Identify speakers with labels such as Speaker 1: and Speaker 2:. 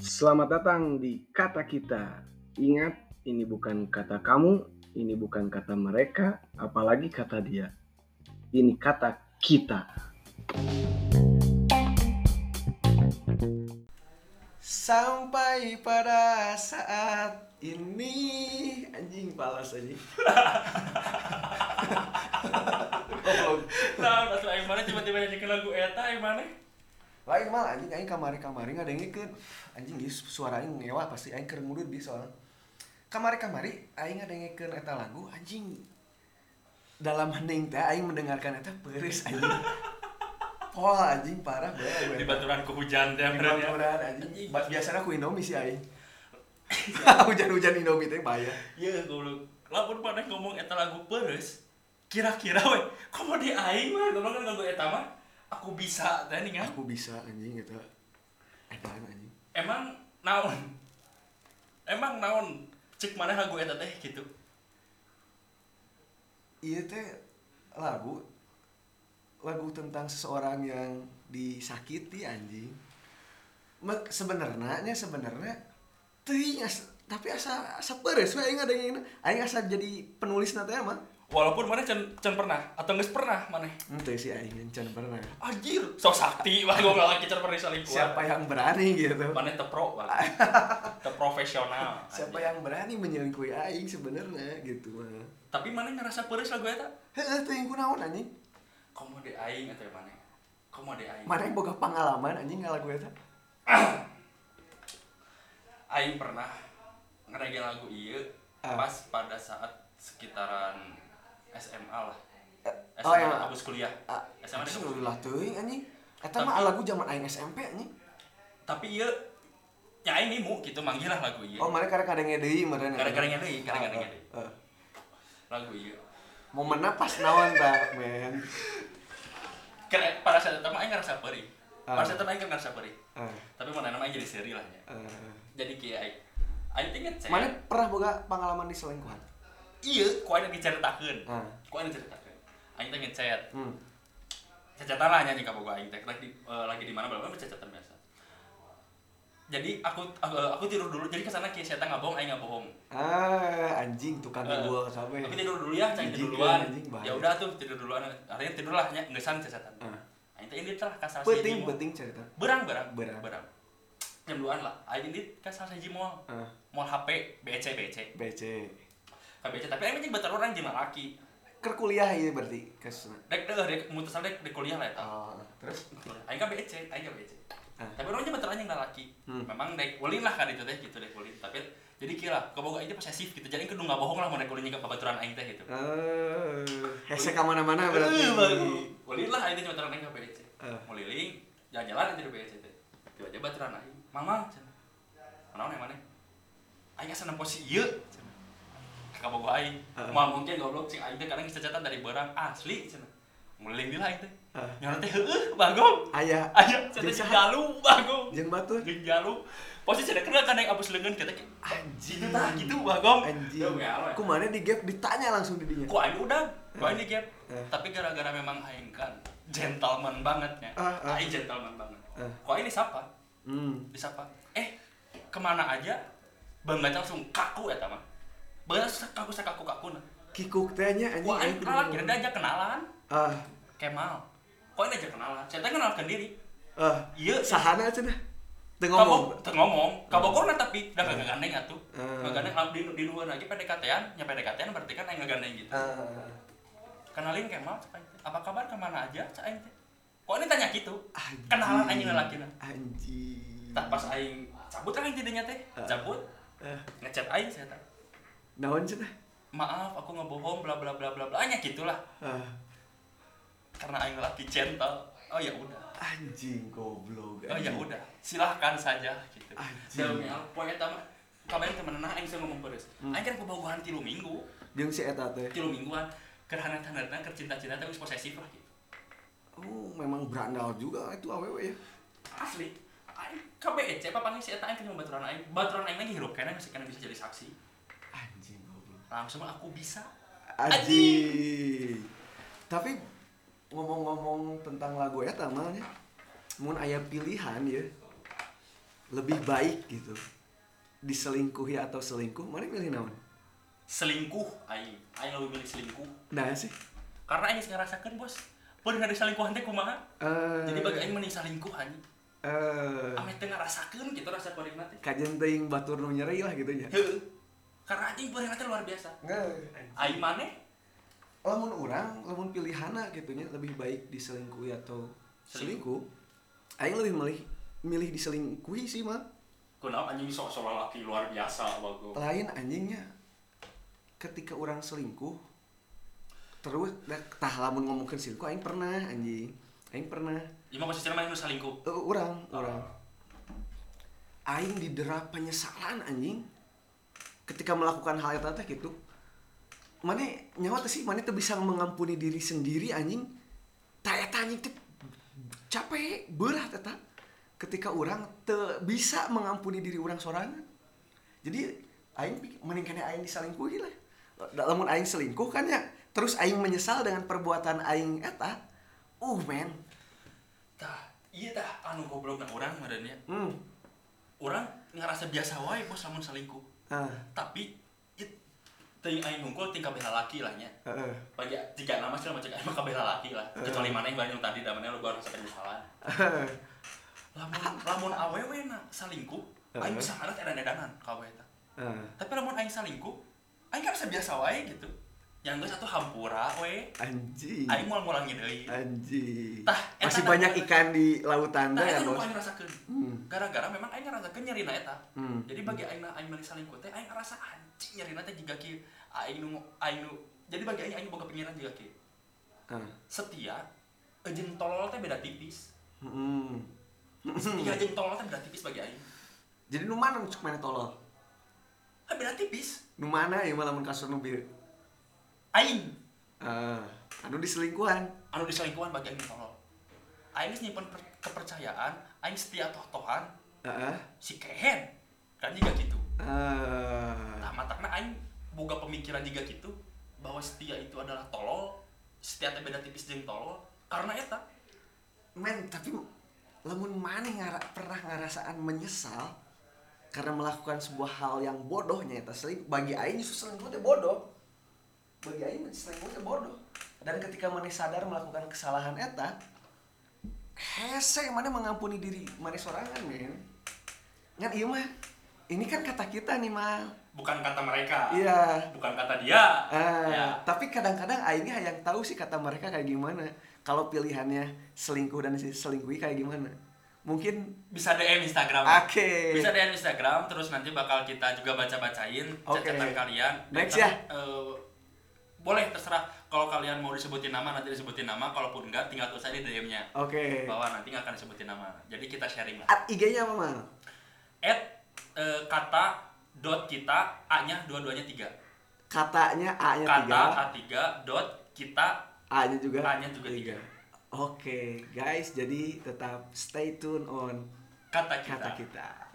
Speaker 1: Selamat datang di Kata Kita. Ingat, ini bukan kata kamu, ini bukan kata mereka, apalagi kata dia. Ini kata kita.
Speaker 2: Sampai pada saat ini anjing palas anjing.
Speaker 3: Nah, pas lain mana tiba-tiba nyanyikan lagu Eta, yang mana?
Speaker 2: Lain malah anjing aing kamari-kamari nggak ada yang ikut. Anjing ieu suara aing ngewa pasti aing keur ngudud di soalnya. Kamari-kamari aing ada yang ikut eta lagu anjing. Dalam hening teh aing mendengarkan eta peris anjing. Pol anjing parah bae.
Speaker 3: Di baturan ku hujan teh
Speaker 2: Emang
Speaker 3: berarti. ya.
Speaker 2: murahan, anjing. Ba- Biasanya aku Indomie sih aing. Hujan-hujan Indomie teh bahaya.
Speaker 3: Iya, goblok. Lamun mana ngomong Eta lagu peres, kira-kira we, kok mau di aing mah, goblok kan lagu Eta mah, aku bisa teh nih kan.
Speaker 2: Aku bisa anjing gitu. Apaan anjing?
Speaker 3: Emang naon? Emang naon? Cek mana lagu Eta teh gitu.
Speaker 2: Iya teh lagu lagu tentang seseorang yang disakiti anjing. Mek sebenarnya sebenarnya teuing as- tapi asa asa peres we aing ada yang aing asa jadi penulis nanti emang.
Speaker 3: Walaupun mana can, can pernah atau nggak pernah mana?
Speaker 2: Ente sih aing encan pernah.
Speaker 3: Anjir, sok sakti mah gue ngalah kita pernah saling kuat.
Speaker 2: Siapa yang berani gitu?
Speaker 3: Mana tepro, bang. Teprofesional.
Speaker 2: Siapa ya?
Speaker 3: anjing.
Speaker 2: yang berani menyelingkuhi aing sebenarnya gitu mah.
Speaker 3: Tapi mana ngerasa peres lagu Eta?
Speaker 2: Heeh teuing kunaon anjing?
Speaker 3: Komo de aing atau mana? Komo de aing.
Speaker 2: Mana yang boga pengalaman anjing ngalagu eta?
Speaker 3: Aing pernah ngerege lagu iya
Speaker 2: Ah.
Speaker 3: pas pada saat sekitaran SMA lah.
Speaker 2: Eh,
Speaker 3: SMA
Speaker 2: oh, yang-
Speaker 3: abis kuliah.
Speaker 2: Ah,
Speaker 3: SMA di
Speaker 2: anjing lah teuing anjing. Eta
Speaker 3: Tapi-
Speaker 2: mah lagu zaman aing SMP anjing.
Speaker 3: Tapi iya ya aing nimu gitu manggil lah lagu iya.
Speaker 2: Oh, mana karek kadenge deui meureun. eta.
Speaker 3: Kadeng-kadengnya deui, kadeng-kadengnya
Speaker 2: Ah,
Speaker 3: deui.
Speaker 2: ah, ah.
Speaker 3: Lagu iya.
Speaker 2: Momenna pas naon ta, men?
Speaker 3: Keren pada saat itu mah aing ngerasa perih.
Speaker 2: Ah.
Speaker 3: Pada saat itu mah aing keur ngerasa perih.
Speaker 2: Ah,
Speaker 3: Tapi mana nama aing jadi seri lah nya.
Speaker 2: ah.
Speaker 3: Jadi kieu aing. Aing tinggal cek.
Speaker 2: Mana pernah boga pengalaman diselingkuhan?
Speaker 3: Iya, ku aing diceritakeun.
Speaker 2: Ah.
Speaker 3: Ku aing diceritakeun. Aing teh ngechat.
Speaker 2: Hmm.
Speaker 3: cacatan lah nyanyi kamu aing teh lagi eh, lagi di mana berapa cacatan biasa jadi aku aku, eh, aku tidur dulu jadi kesana kayak setan nggak bohong aing nggak bohong
Speaker 2: Ah, anjing tukang
Speaker 3: Eh,
Speaker 2: gua sampe.
Speaker 3: aku tidur dulu ya cai
Speaker 2: Jijik
Speaker 3: tidur duluan
Speaker 2: kan, anjing, bahaya.
Speaker 3: ya udah tuh tidur duluan akhirnya tidur lah nya ngesan cacatan
Speaker 2: Ah.
Speaker 3: aing teh ini lah kasar
Speaker 2: Penting penting cerita.
Speaker 3: berang berang
Speaker 2: Berang.
Speaker 3: berang jam duaan lah aing ini kasar siji mall
Speaker 2: Ah,
Speaker 3: mall HP BC BC
Speaker 2: BC.
Speaker 3: kan BC tapi aing jeung batur orang jeung laki eh,
Speaker 2: Keur kuliah ieu berarti kesana.
Speaker 3: dek deh dek mutusal dek di kuliah lah ya, eta
Speaker 2: Oh, terus
Speaker 3: Aing kan BC, aing kan BC.
Speaker 2: Ah.
Speaker 3: Tapi orangnya bener anjing lalaki.
Speaker 2: Hmm.
Speaker 3: Memang naik ulin lah kan itu teh gitu naik ulin. Tapi jadi kira kebawa aja posesif gitu. Jadi kedung nggak bohong lah mau naik ulin ke babaturan aing teh gitu.
Speaker 2: Eh, hese ka mana-mana Ah, berarti.
Speaker 3: Eh, baru. Ulin lah aing teh babaturan aing ke BC.
Speaker 2: Ah.
Speaker 3: Mau liling, jalan-jalan aja di BC teh. Tiba-tiba babaturan aing. Mama, cenah. mana mana mana? Aing asa nang posisi ieu. cenah. Ka bawa aing.
Speaker 2: Ah.
Speaker 3: Mau mungkin goblok sih aing teh kadang cacatan dari barang asli cenah. Nguling di lah aing teh.
Speaker 2: Ah.
Speaker 3: Nyono teh heeh, bagong.
Speaker 2: Ayah,
Speaker 3: Ayo,
Speaker 2: Jeung
Speaker 3: saya
Speaker 2: saha?
Speaker 3: jalu, bagong.
Speaker 2: jeung batur.
Speaker 3: Jeung jalu. Posisi ada kena kan yang abis lengan kata anjing itu tah gitu bagong.
Speaker 2: Anjing.
Speaker 3: Ya, we alo ya.
Speaker 2: Ku mana di gap ditanya langsung di dinya.
Speaker 3: Ku aing udah, ku aing di gap.
Speaker 2: Eh.
Speaker 3: Tapi gara-gara memang aing kan gentleman bangetnya.
Speaker 2: Ah, ah.
Speaker 3: Aing gentleman banget.
Speaker 2: Eh.
Speaker 3: Ku aing disapa,
Speaker 2: Hmm.
Speaker 3: disapa. Eh, kemana aja? Bangga langsung kaku ya mah. Bangga kaku kaku kaku nah.
Speaker 2: Kikuk teh nya
Speaker 3: Ku
Speaker 2: anjing
Speaker 3: aing
Speaker 2: kudu
Speaker 3: kalah
Speaker 2: ngomong.
Speaker 3: kira aja kenalan.
Speaker 2: Ah,
Speaker 3: Kemal. Ku aing aja kenalan. Saya teh kenalkan diri.
Speaker 2: ah.
Speaker 3: Iya,
Speaker 2: Sahana cenah. Teu
Speaker 3: ngomong
Speaker 2: ngomong.
Speaker 3: ngomong kabokorna tapi udah gak gandeng atuh
Speaker 2: Hmm.
Speaker 3: gak gandeng di, di luar lagi PDKT-an ya PDKT-an berarti kan yang gandeng gitu
Speaker 2: Ah,
Speaker 3: kenalin Kemal cek aing teh. apa kabar kemana aja cek aing teh kok ini tanya gitu
Speaker 2: anjing.
Speaker 3: kenalan anjing lelaki nah
Speaker 2: Anjing.
Speaker 3: Tah, pas aing cabut kan aing jadinya teh
Speaker 2: Ah.
Speaker 3: cabut
Speaker 2: Ah,
Speaker 3: ngechat aing saya teh
Speaker 2: Naon cenah?
Speaker 3: maaf aku ngebohong bla bla bla bla bla hanya gitulah
Speaker 2: Ah,
Speaker 3: karena aing lelaki gentle oh ya udah
Speaker 2: anjing goblok.
Speaker 3: oh ya
Speaker 2: anjing.
Speaker 3: udah silahkan saja gitu
Speaker 2: Anjing. Hmm.
Speaker 3: dan ya poin pertama kemarin temenan nah, aing saya ngomong beres aing kan kebobohan tilu minggu
Speaker 2: Jeung si eta teh.
Speaker 3: tilu mingguan kerhana tandana ker cinta cinta tapi posesif lah gitu
Speaker 2: Oh, memang berandal juga itu awewe ya.
Speaker 3: asli aing KBC apa panggil si eta aing kenal baturan aing baturan aing lagi hirup karena masih karena bisa jadi saksi
Speaker 2: Anjing goblok.
Speaker 3: langsung aku bisa
Speaker 2: Aji. Tapi ngomong-ngomong tentang lagu eta mah nya, mun aya pilihan ya. lebih baik gitu diselingkuhi atau selingkuh mana milih naon
Speaker 3: selingkuh aing aing lebih milih selingkuh
Speaker 2: nah sih
Speaker 3: karena aing ngerasakan bos pernah diselingkuhan teh kumaha
Speaker 2: eh
Speaker 3: jadi bagi aing mending selingkuh anjing
Speaker 2: eh
Speaker 3: ame teu ngarasakeun gitu rasa panikna teh
Speaker 2: kajian teing batur nu nyeri lah gitu nya
Speaker 3: heuh karena anjing panikna teh luar biasa aing maneh
Speaker 2: lamun orang lamun pilihana gitunya lebih baik diselingkuhi atau selingkuh aing lebih milih milih diselingkuhi sih mah
Speaker 3: kunaon anjing sok sok laki luar biasa bago
Speaker 2: lain anjingnya ketika orang selingkuh terus da- tah lamun ngomongin selingkuh aing pernah anjing aing pernah
Speaker 3: ieu mah maksudnya mah nu selingkuh
Speaker 2: Eh, orang orang aing didera penyesalan anjing ketika melakukan hal itu teh gitu mana nyawa teh sih mana tuh bisa mengampuni diri sendiri anjing tanya tanya tuh capek berat eta ketika orang teu bisa mengampuni diri orang sorangan jadi aing pik- mending kena aing diselingkuhi lah dalam aing selingkuh kan ya terus aing menyesal dengan perbuatan aing eta uh men
Speaker 3: tah iya tah anu goblokna urang mah dan ya
Speaker 2: hmm
Speaker 3: urang ngerasa biasa wae bos lamun selingkuh
Speaker 2: ah
Speaker 3: tapi it teuing aing hungkul ting kabeh lalaki lah nya
Speaker 2: Heeh.
Speaker 3: bagi tiga nama sih macam emang kabeh lalaki lah kecuali mana yang banyak tadi dan mana lu gua rasa penyesalan lamun lamun awewe na salingkuh aing
Speaker 2: Heeh.
Speaker 3: bisa ngalat edan edanan ka awewe tah
Speaker 2: Heeh.
Speaker 3: tapi lamun aing salingkuh aing kan bisa biasa wae gitu yang geus satu hampura we
Speaker 2: anjing
Speaker 3: aing mau ngulangi deui
Speaker 2: anjing
Speaker 3: Tah, eta
Speaker 2: masih
Speaker 3: tah.
Speaker 2: banyak ikan di lautan
Speaker 3: Nah,
Speaker 2: teh ya
Speaker 3: itu yang
Speaker 2: bos
Speaker 3: aing rasakeun.
Speaker 2: Hmm.
Speaker 3: Gara-gara memang aing ngerasakeun nyerina eta.
Speaker 2: Hmm.
Speaker 3: Jadi bagi aing na- aing meli salingkuh teh aing ngerasa "Ah, anjing nyerina teh jiga kieu. Aing nu aing nu jadi bagi aing aing boga pengiran jiga kieu.
Speaker 2: Heeh.
Speaker 3: Setia jeung tolol teh beda tipis.
Speaker 2: Mm. Hmm.
Speaker 3: Setia jeung tolol teh beda tipis bagi aing.
Speaker 2: jadi nu mana nu cek mana tolol
Speaker 3: Ah beda tipis.
Speaker 2: nu mana ya malah mun kasur nu bir
Speaker 3: Aing
Speaker 2: Eh, anu diselingkuhan
Speaker 3: anu disalingkuhan bagi aing nu tolol. Aing geus nyimpen per- kepercayaan, aing setia toh-tohan
Speaker 2: Heeh.
Speaker 3: si kehen. Kan jiga kitu.
Speaker 2: Eh,
Speaker 3: Nah, matakna aing boga pemikiran juga gitu bahwa setia itu adalah tolol, setia teh beda tipis jeung tolol karena eta.
Speaker 2: men tapi lamun mana ngara, pernah ngerasaan menyesal karena melakukan sebuah hal yang bodohnya eta seling bagi aing justru selingkuh teh bodoh bagi aing selingkuh teh bodoh dan ketika mana sadar melakukan kesalahan eta hese mana mengampuni diri mana sorangan men ngan iya mah ini kan kata kita nih mal
Speaker 3: Bukan kata mereka.
Speaker 2: iya
Speaker 3: Bukan kata dia.
Speaker 2: Ah,
Speaker 3: Ya.
Speaker 2: tapi kadang-kadang aingnya yang tahu sih kata mereka kayak gimana. Kalau pilihannya selingkuh dan si selingkuhi kayak gimana. Mungkin
Speaker 3: Bisa DM Instagram.
Speaker 2: oke.
Speaker 3: Bisa DM Instagram terus nanti bakal kita juga baca-bacain
Speaker 2: Oke.
Speaker 3: catatan kalian.
Speaker 2: Next
Speaker 3: Tapi,
Speaker 2: ya.
Speaker 3: eh, boleh terserah kalau kalian mau disebutin nama nanti disebutin nama kalaupun enggak tinggal tulis aja di DM-nya
Speaker 2: Oke.
Speaker 3: bahwa nanti nggak akan disebutin nama jadi kita sharing lah
Speaker 2: At IG-nya apa, Mal?
Speaker 3: at eh, kata dot kita a nya dua-duanya tiga
Speaker 2: Katanya A-nya
Speaker 3: kata
Speaker 2: 3,
Speaker 3: A3 dot kita
Speaker 2: A-nya juga
Speaker 3: A-nya juga tiga.
Speaker 2: Oke, guys, jadi tetap stay tune on
Speaker 3: kata kita.
Speaker 2: kata kita.